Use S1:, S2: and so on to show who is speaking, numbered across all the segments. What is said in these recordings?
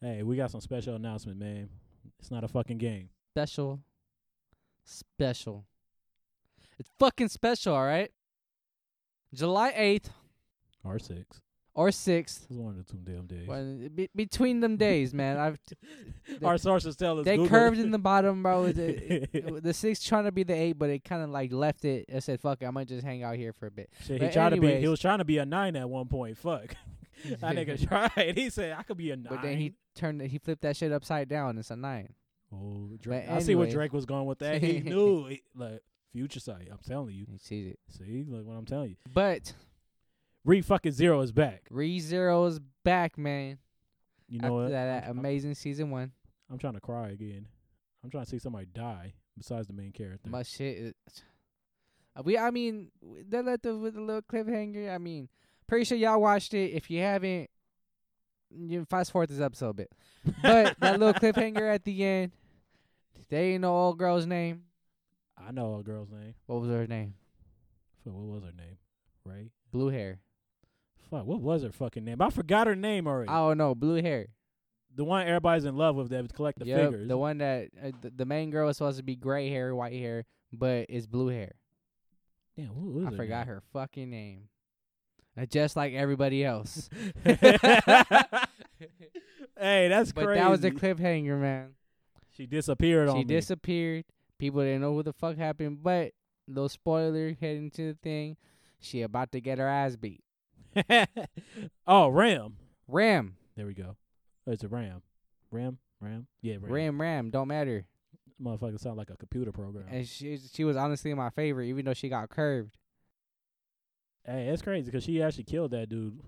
S1: Hey, we got some special announcement, man. It's not a fucking game.
S2: Special. Special. It's fucking special, all right? July 8th
S1: R six.
S2: or 6th.
S1: It's one of the two damn days.
S2: Well, be- between them days, man, I've
S1: Our sources tell us
S2: they
S1: Google-
S2: curved in the bottom, bro. The, the six trying to be the eight, but it kind of like left it. I said, "Fuck, it, I might just hang out here for a bit."
S1: Shit, he
S2: but
S1: tried to be. He
S2: anyways.
S1: was trying to be a nine at one point. Fuck, that nigga tried. He said I could be a nine.
S2: But then he turned, it- he flipped that shit upside down. It's a nine.
S1: Oh, Drake. I see where
S2: anyway.
S1: Drake was going with that. He knew it, like future sight. I'm telling you.
S2: He sees it.
S1: See, like what I'm telling you.
S2: But
S1: Re fucking zero is back.
S2: ReZero is back, man.
S1: You know
S2: after
S1: what?
S2: that, that
S1: I'm-
S2: amazing season one,
S1: I'm trying to cry again. I'm trying to see somebody die besides the main character.
S2: my shit. Is, Uh, we, I mean, w- they left us with a little cliffhanger. I mean, pretty sure y'all watched it. If you haven't, you fast forward this episode a bit. But that little cliffhanger at the end, they ain't know old girl's name.
S1: I know a girl's name.
S2: What was her name?
S1: Fuck, what was her name? Ray.
S2: Blue hair.
S1: Fuck, what was her fucking name? I forgot her name already.
S2: I don't know. Blue hair.
S1: the one everybody's in love with that would collect the
S2: Yep,
S1: figures.
S2: The one that uh, the, the main girl is supposed to be gray hair, white hair, but it's blue hair.
S1: Damn, what was
S2: I
S1: her
S2: forgot
S1: name?
S2: her fucking name. Uh, just like everybody else.
S1: hey, that's
S2: But
S1: crazy.
S2: that was the cliffhanger, man.
S1: she disappeared on
S2: She
S1: me.
S2: disappeared. People didn't know what the fuck happened. But little spoiler heading to the thing, she about to get her ass beat.
S1: oh, Ram.
S2: Ram,
S1: There we go. Oh, it's a Ram. Ram? Ram? Yeah, Ram.
S2: ram, ram. Don't matter.
S1: Motherfucker sound like a computer program.
S2: And she she was honestly my favorite, even though she got curved.
S1: hey, that's crazy because she actually killed that dude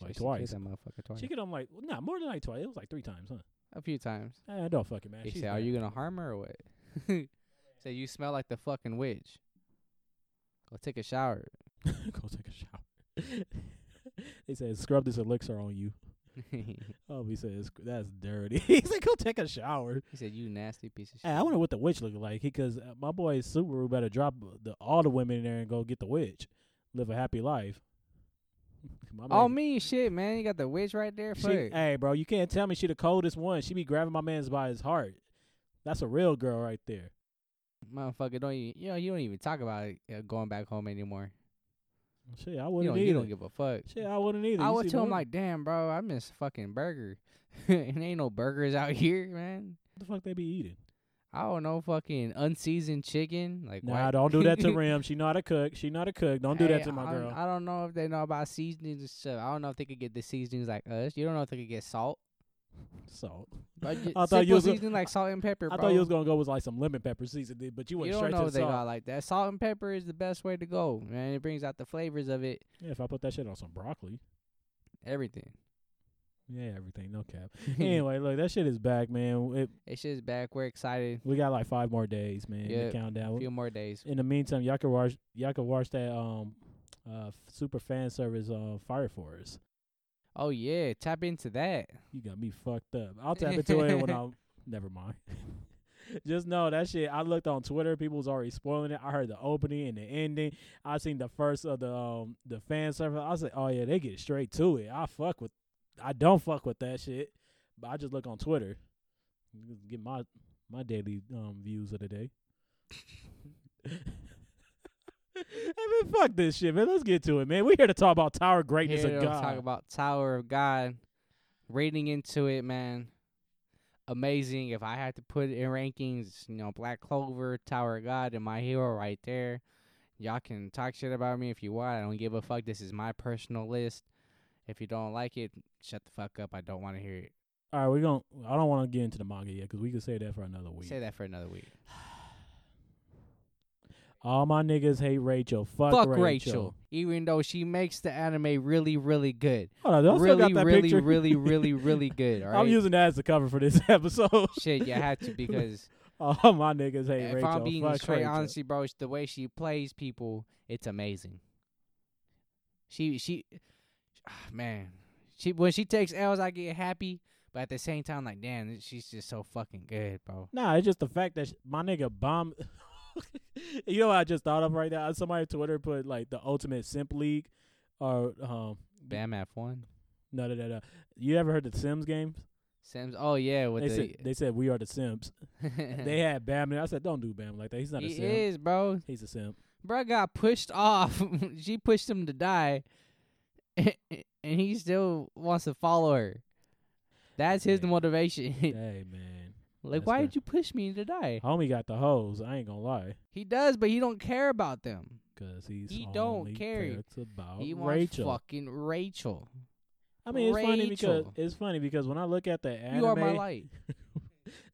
S1: like
S2: She kissed
S1: twice.
S2: that motherfucker twice.
S1: She could him like nah, more than like twice. It was like three times, huh?
S2: a few times.
S1: Eh, It don't fucking matter.
S2: He
S1: She's
S2: said, "Are
S1: dead.
S2: you gonna harm her or what?" said, "You smell like the fucking witch. Go take a shower."
S1: go take a shower? they said scrub this elixir on you.
S2: he
S1: Oh, he says that's dirty. he said go take a shower.
S2: said, "You nasty piece of shit."
S1: Hey, I wonder what the witch look like because my boy Subaru better drop the all the women in there and go get the witch, live a happy life. My
S2: All
S1: man-
S2: mean Oh, shit, man. You got the witch right there.
S1: She,
S2: Fuck.
S1: hey, bro, you can't tell me she the coldest one. She be grabbing my man's by his heart. That's a real girl right there.
S2: Motherfucker, don't even you know you don't even talk about uh, going back home anymore.
S1: Shit, I
S2: You
S1: wouldn't
S2: don't, you
S1: either.
S2: don't give a fuck.
S1: Shit, I wouldn't either.
S2: I
S1: You
S2: went
S1: see
S2: to
S1: the
S2: him
S1: women-
S2: like, damn, bro, I miss fucking burger, and ain't no burgers out here, man.
S1: what the fuck they be eating?
S2: I don't know, fucking unseasoned chicken. Like,
S1: Nah,
S2: why-
S1: don't do that to Rim. She know how to cook. She know how to cook. Don't do
S2: Hey,
S1: that to my
S2: I
S1: girl.
S2: I don't know if they know about seasonings and stuff. I don't know if they could get the seasonings like us. You don't know if they could get salt.
S1: so
S2: Bro, ju-
S1: thought
S2: simple
S1: you was a-
S2: seasoning like salt and pepper.
S1: I
S2: bro.
S1: thought you was gonna go with like some lemon pepper seasoning, but you
S2: You
S1: went
S2: don't
S1: straight
S2: know
S1: to
S2: if
S1: the
S2: they got
S1: salt.
S2: like that. Salt and pepper is the best way to go, man. It brings out the flavors of it.
S1: Yeah, if I put that shit on some broccoli,
S2: Everything.
S1: yeah, everything, no cap. anyway, look, that shit is back, man. It,
S2: It's just back. We're excited.
S1: we got like five more days, man.
S2: Yeah,
S1: to count
S2: A
S1: down.
S2: few more days.
S1: In the meantime, y'all can watch y'all can watch that um uh super fan service uh Fire Force.
S2: Oh yeah, tap into that.
S1: You got me fucked up. I'll tap into it when I'm never mind. Just know that shit. I looked on Twitter. People was already spoiling it. I heard the opening and the ending. I seen the first of the um the fan service. I said, "Oh yeah, they get straight to it." I fuck with. I don't fuck with that shit. But I just look on Twitter, get my my daily um views of the day. hey man, fuck this shit, man. Let's get to it, man. We here to talk about Tower Greatness
S2: Here
S1: of
S2: we'll
S1: God.
S2: talk about Tower of God. Rating into it, man. Amazing. If I had to put it in rankings, you know, Black Clover, Tower of God, and my hero right there. Y'all can talk shit about me if you want. I don't give a fuck. This is my personal list. If you don't like it, shut the fuck up. I don't want to hear it.
S1: All right, we're going to I don't want to get into the manga yet because we can say that for another week.
S2: Say that for another week.
S1: All my niggas hate Rachel. Fuck,
S2: Fuck
S1: Rachel.
S2: Rachel. Even though she makes the anime really, really good.
S1: Hold on, do I still
S2: really,
S1: got that
S2: really,
S1: picture?
S2: really, really, really good. All right.
S1: I'm using that as the cover for this episode.
S2: shit, you have to because
S1: All my niggas hate
S2: if
S1: Rachel.
S2: I'm being
S1: Fuck
S2: straight,
S1: Rachel.
S2: honestly, bro, it's the way she plays people, it's amazing. She she, ah, man, she when she takes L's, I get happy, but at the same time, like damn, she's just so fucking good, bro.
S1: Nah, it's just the fact that sh- my nigga bomb. you know what I just thought of right now? Somebody on Twitter put like the ultimate simp league, or um,
S2: Bam F one.
S1: no, no, no, no. You ever heard the Sims games?
S2: Sims. Oh yeah, with
S1: they
S2: the
S1: said they said we are the Sims. they had Bam. there. I said don't do Bam like that. He's not a
S2: he
S1: Sim.
S2: is, bro.
S1: He's a Sim.
S2: Bruh got pushed off. she pushed him to die, and he still wants to follow her. That's his
S1: Dang.
S2: motivation.
S1: hey man,
S2: like,
S1: That's
S2: why
S1: good.
S2: did you push me to die?
S1: homie got the hose. I ain't gonna lie,
S2: He does, but he don't care about them.
S1: cause he's
S2: He don't
S1: only
S2: care.
S1: cares about
S2: he wants
S1: Oh, Rachel.
S2: fucking Rachel.
S1: I mean, it's funny because
S2: Rachel.
S1: it's funny because when I look at the anime,
S2: You are my light.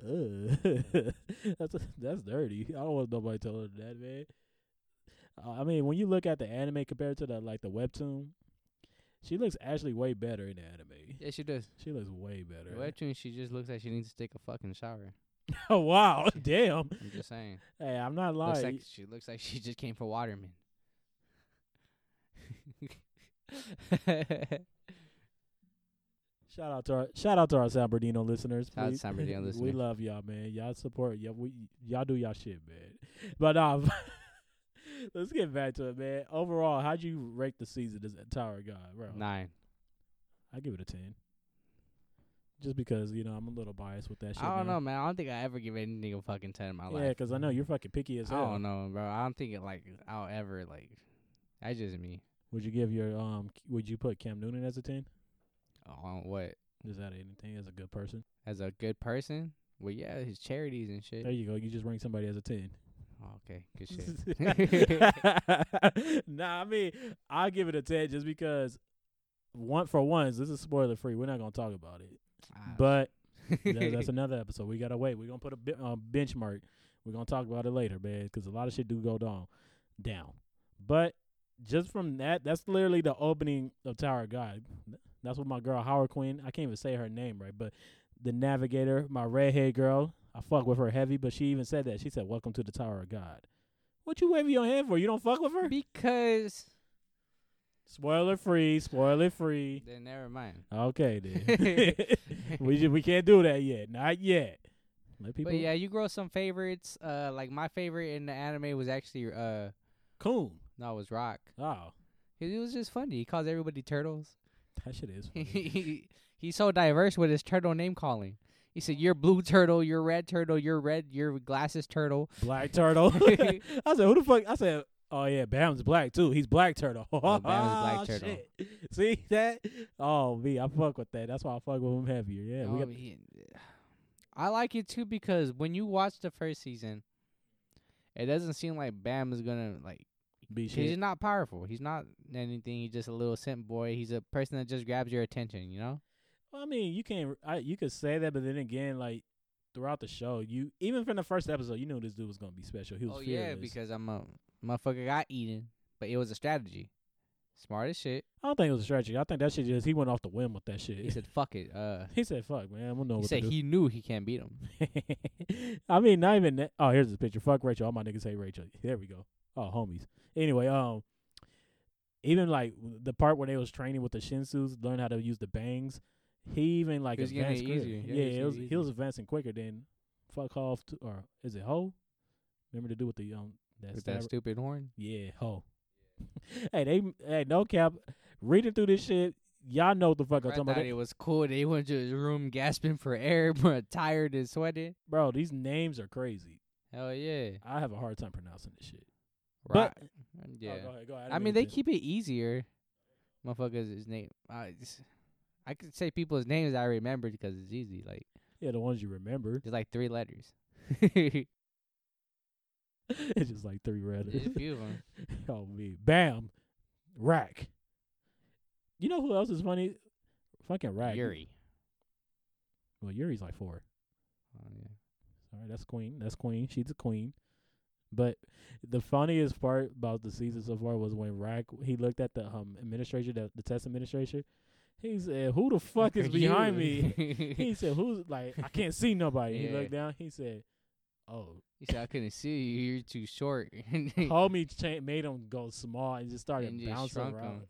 S1: Ugh. that's that's dirty. I don't want nobody telling her that, man. Uh, I mean, when you look at the anime compared to the like the webtoon, she looks actually way better in the anime.
S2: Yeah, she does.
S1: She looks way better.
S2: The webtoon, she just looks like she needs to take a fucking shower.
S1: oh wow, damn.
S2: I'm just saying.
S1: Hey, I'm not
S2: Looks
S1: lying.
S2: like she looks like she just came for Waterman.
S1: shout out to our shout out to our San Bernardino listeners.
S2: Shout out to
S1: please.
S2: San Bernardino
S1: we
S2: listeners.
S1: love y'all, man. Y'all support. Y'all we y'all do y'all shit, man. But um, let's get back to it, man. Overall, how'd you rate the season as Tower God, bro?
S2: Nine.
S1: I give it a ten. Just because you know I'm a little biased with that shit.
S2: I don't know,
S1: man.
S2: man. I don't think I ever give anything a fucking ten in my life.
S1: Yeah, because I know you're fucking picky as
S2: mm-hmm. I
S1: hell.
S2: don't know, bro. I don't think it like I'll ever like. That's just me.
S1: Would you give your um? K- Would you put Cam Newton as a ten?
S2: On what?
S1: Is that anything as a good person?
S2: As a good person? Well, yeah, his charities and shit.
S1: There you go. You just rank somebody as a ten.
S2: Oh, okay, good shit.
S1: nah, I mean I'll give it a ten just because. One for ones, this is spoiler free. We're not gonna talk about it,
S2: Ah,
S1: but that, that's another episode. We gotta wait. We're gonna put a bi- uh, benchmark. We're gonna talk about it later, man, because a lot of shit do go down, down. But just from that, that's literally the opening of Tower of God. That's what my girl Howard Quinn. I can't even say her name right, but the Navigator, my redhead girl. I fuck with her heavy, but she even said that. She said, "Welcome to the Tower of God." What you waving your hand for? You don't fuck with her?
S2: because
S1: Spoiler free. Spoiler free.
S2: then never mind.
S1: Okay then. we just, we can't do that yet. Not yet. Let people.
S2: But yeah, you grow some favorites. Uh, like my favorite in the anime was actually uh,
S1: Coon.
S2: no, it was Rock.
S1: Oh,
S2: It was just funny. He calls everybody turtles.
S1: that shit is. funny.
S2: He's so diverse with his turtle name calling. He said, "You're blue turtle. You're red turtle. You're red. You're glasses turtle."
S1: black turtle. I said, who the fuck? I said, oh yeah, Bam's black too. He's black turtle.
S2: Oh,
S1: Ah,
S2: Bam's Black Turtle.
S1: shit. See that? Oh me, I fuck with that. That's why I fuck with him heavier. Yeah, we
S2: Um,
S1: got.
S2: he- I like it too because when you watch the first season, it doesn't seem like Bam is gonna like.
S1: Be
S2: 'cause He's
S1: shit.
S2: not powerful. He's not anything. He's just a little simp boy. He's a person that just grabs your attention. You know.
S1: I mean, you can't. I, you could say that, but then again, like throughout the show, you even from the first episode, you knew this dude was gonna be special. He was
S2: oh
S1: fearless.
S2: yeah, because I'm a motherfucker got eaten, but it was a strategy. Smart as shit.
S1: I don't think it was a strategy. I think that shit just he went off the whim with that shit.
S2: He said, "Fuck it." Uh,
S1: he said, "Fuck, man, I don't know
S2: he
S1: what
S2: said
S1: to do."
S2: he knew he can't beat him.
S1: I mean, not even that. Oh, here's the picture. Fuck Rachel. All my niggas hate Rachel. There we go. Oh, homies. Anyway, um, even like the part where they was training with the Shinsus, learn how to use the bangs. He even like
S2: It was getting
S1: advanced quicker.
S2: easier. Yeah,
S1: Yeah,
S2: it was
S1: it was,
S2: getting
S1: he was
S2: easier.
S1: advancing quicker than fuck off to, or is it Ho? Remember to do with the um that
S2: With
S1: stab-
S2: that stupid horn.
S1: yeah Ho. hey, they hey no cap. Reading through this shit, y'all know what the fuck I'm
S2: I
S1: talking
S2: thought
S1: about.
S2: it was cool. They went to his room gasping for air, but tired and sweating.
S1: Bro, these names are crazy.
S2: Hell yeah.
S1: I have a hard time pronouncing this shit.
S2: Right.
S1: But-
S2: yeah.
S1: Oh, go ahead, go ahead.
S2: I mean, they keep it easier. Motherfuckers, his name. I it's- I could say people's names I remembered because it's easy. Like,
S1: yeah, the ones you remember.
S2: there's like three letters. There's
S1: it's just like three red.
S2: a few of 'em.
S1: oh me, bam, rack. You know who else is funny? Fucking rack.
S2: Yuri.
S1: Well, Yuri's like four.
S2: Oh, yeah.
S1: All right, that's queen. That's queen. She's a queen. But the funniest part about the season so far was when Rack he looked at the um administrator, the, the test administrator. He said, "Who the fuck is behind me?"
S2: me?
S1: he said, "Who's like I can't see nobody." He
S2: Yeah.
S1: looked down. He said, "Oh,
S2: He said, I couldn't see you. You're too short.
S1: homie cha- made him go small and just started
S2: And just
S1: bouncing
S2: shrunk
S1: around.
S2: him.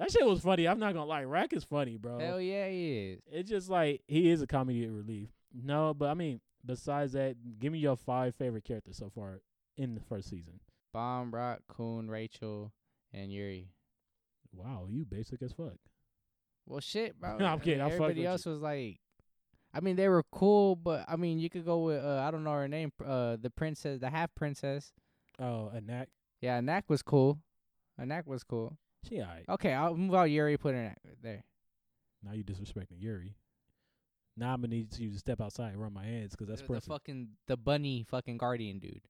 S1: That shit was funny. I'm not gonna lie. Rack is funny, bro.
S2: Hell yeah, he is.
S1: It's just like he is a comedy relief. No, but I mean, besides that, give me your five favorite characters so far in the first season.
S2: Bomb, Rock, Coon, Rachel, and Yuri.
S1: Wow, you basic as fuck.
S2: Well, shit, bro.
S1: No, I'm
S2: I
S1: kidding.
S2: mean,
S1: I fuck
S2: everybody
S1: with
S2: else was like, I mean, they were cool, but I mean, you could go with uh, I don't know her name, uh, the princess, the half princess.
S1: Oh, Anak.
S2: Yeah, Anak was cool. Anak was cool.
S1: She alright.
S2: Okay, I'll move out Yuri. Put her in there.
S1: Now you disrespecting Yuri. Now I'm gonna need you to step outside and run my hands because that's
S2: the, the
S1: pressing.
S2: fucking the bunny fucking guardian dude,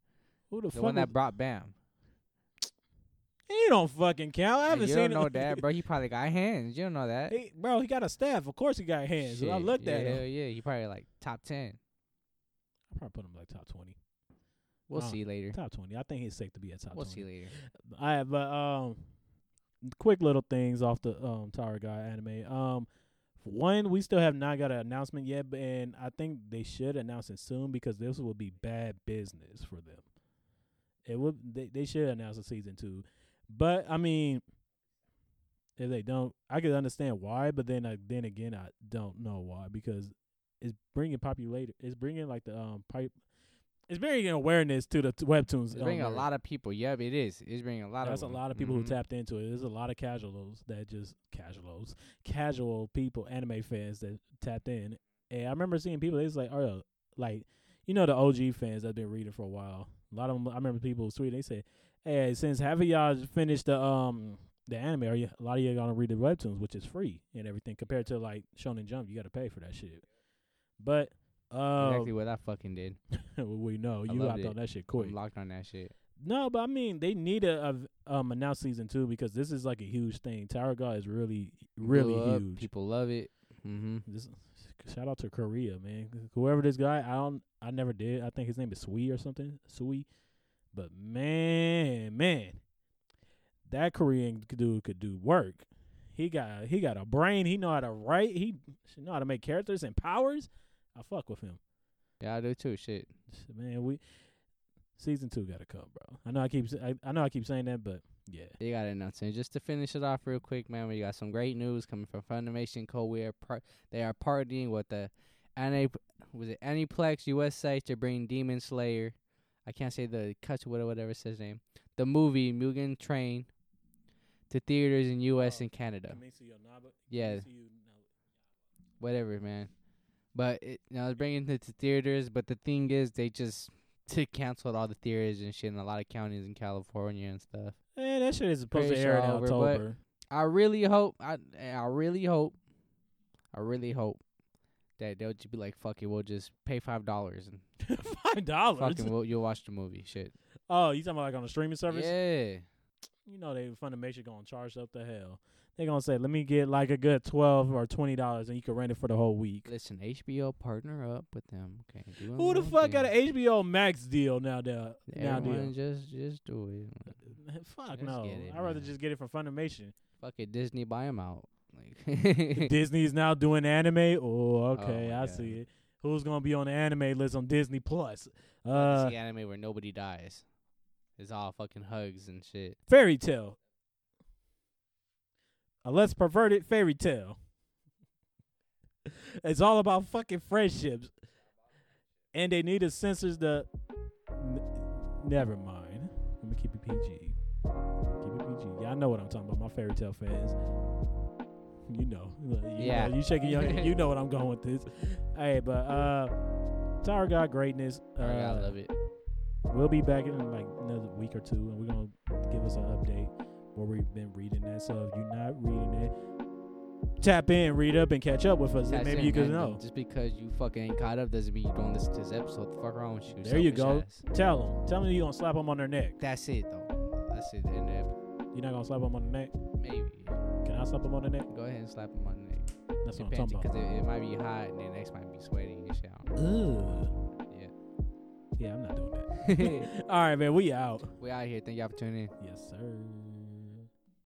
S1: Who the,
S2: the
S1: fuck?
S2: one that
S1: was-
S2: brought Bam.
S1: he don't fucking count. I haven't
S2: you
S1: seen
S2: don't know that, bro. He probably got hands. You don't know that.
S1: He, bro, he got a staff. Of course, he got hands. I
S2: Shit,
S1: looked at
S2: yeah,
S1: him.
S2: hell yeah. He probably like top ten.
S1: I probably put him like top twenty.
S2: We'll
S1: Uh,
S2: see you later.
S1: Top twenty. I think he's safe to be at top
S2: We'll see you
S1: twenty.
S2: later.
S1: All right, but um, quick little things off the um Tower Guy anime. Um, one, we still have not got an announcement yet, but and I think they should announce it soon because this will be bad business for them. It would they they should announce a season two, but I mean, if they don't, I could understand why. But then I, then again, I don't know why because it's bringing populate it's bringing like the um pipe. It's bringing awareness to the t- webtoons.
S2: It's bringing a
S1: owner.
S2: lot of people. Yep, it is. It's bringing a lot
S1: That's
S2: of.
S1: a lot of people
S2: Mm-hmm.
S1: who tapped into it. There's a lot of casuals that just casuals, casual people, anime fans that tapped in. And I remember seeing people. They was like, oh, like you know the OG fans that've been reading for a while. A lot of them. I remember people was tweeting. They said, hey, since half of y'all finished the um the anime, are you, a lot of you gonna read the webtoons, which is free and everything compared to like Shonen Jump, you got to pay for that shit. But uh,
S2: Exactly what I fucking did.
S1: we know you
S2: loved
S1: hopped
S2: it.
S1: on that shit quick.
S2: I'm locked on that shit.
S1: No, but I mean they need to uh, um announce season two because this is like a huge thing. Tower God is really really
S2: Blew up,
S1: huge.
S2: People love it. Mm-hmm.
S1: This, shout out to Korea, man. Whoever this guy, I don't, I never did. I think his name is Sui or something, Sui. But man, man, that Korean dude could do work. He got he got a brain. He know how to write. He know how to make characters and powers. I fuck with him.
S2: Yeah, I do too. Shit.
S1: Man, we season two gotta come, bro. I know I keep sa- I, I know I keep saying that, but yeah.
S2: They got an announcement. Just to finish it off real quick, man, we got some great news coming from Funimation Co. We are par- they are partnering with the Ani- was it Aniplex USA to bring Demon Slayer. I can't say the cut whatever whatever it says his name. The movie Mugen Train to theaters in US
S1: Oh.
S2: and Canada. Yeah. Whatever, man. But it, you know, it's bringing it to theaters. But the thing is, they just canceled all the theaters and shit in a lot of counties in California and stuff.
S1: Man, Eh, that shit is supposed
S2: Pretty
S1: to air in
S2: sure over, but-
S1: October.
S2: I really hope I I really hope I really hope that they'll just be like, fuck it, we'll just pay five dollars and
S1: Five dollars.
S2: fucking we'll, you'll watch the movie. Shit.
S1: Oh, you talking about like on a streaming service?
S2: Yeah.
S1: You know they Funimation gonna charge up the hell. They gonna say, let me get like a good twelve or twenty dollars, and you can rent it for the whole week.
S2: Listen, HBO partner up with them. Okay. doing
S1: Who the
S2: one
S1: fuck got
S2: thing.
S1: an HBO Max deal now? That now
S2: Mm-hmm. Everyone
S1: deal.
S2: just just do it.
S1: Fuck
S2: just
S1: no.
S2: get it,
S1: I'd rather
S2: man.
S1: just get it from Funimation.
S2: Fuck it, Disney buy 'em out. Like
S1: Disney's now doing anime. Oh, okay,
S2: my
S1: I
S2: God.
S1: see it. Who's gonna be on the anime list on Disney Plus? Uh,
S2: uh, see anime where nobody dies. It's all fucking hugs and shit.
S1: fairy tale. A less perverted fairy tale. It's all about fucking friendships. And they need to censors the. N- never mind. Let me keep it PG. Keep it PG. Y'all know what I'm talking about, my fairy tale fans. You know. Look, You
S2: Yeah.
S1: Know, you shaking your head. You know what I'm going with this. Hey, but uh, Tower God greatness. Uh,
S2: Alright, I love it.
S1: We'll be back in like another week or two, and we're gonna give us an update where we've been reading that. So if you're not reading it, tap in, read up, and catch up with us. and
S2: That's
S1: maybe
S2: it,
S1: you can
S2: man.
S1: know.
S2: Just because you fucking ain't caught up doesn't mean you don't listen to this episode. The fuck wrong with you?
S1: There you
S2: selfish
S1: go.
S2: ass.
S1: Tell them. Tell them you're gonna slap them on their neck.
S2: That's it though. That's it. And uh,
S1: You're not gonna slap them on the neck.
S2: maybe
S1: Can I slap them on the neck?
S2: go ahead and slap him on the neck.
S1: That's what I'm
S2: Depends,
S1: talking
S2: because
S1: about.
S2: it, it might be hot and the next might be sweaty and shit. I
S1: Ugh.
S2: Yeah.
S1: Yeah, I'm not doing
S2: don't know.
S1: that. All right, man. We out.
S2: we out here. Thank y'all for tuning in.
S1: Yes, sir.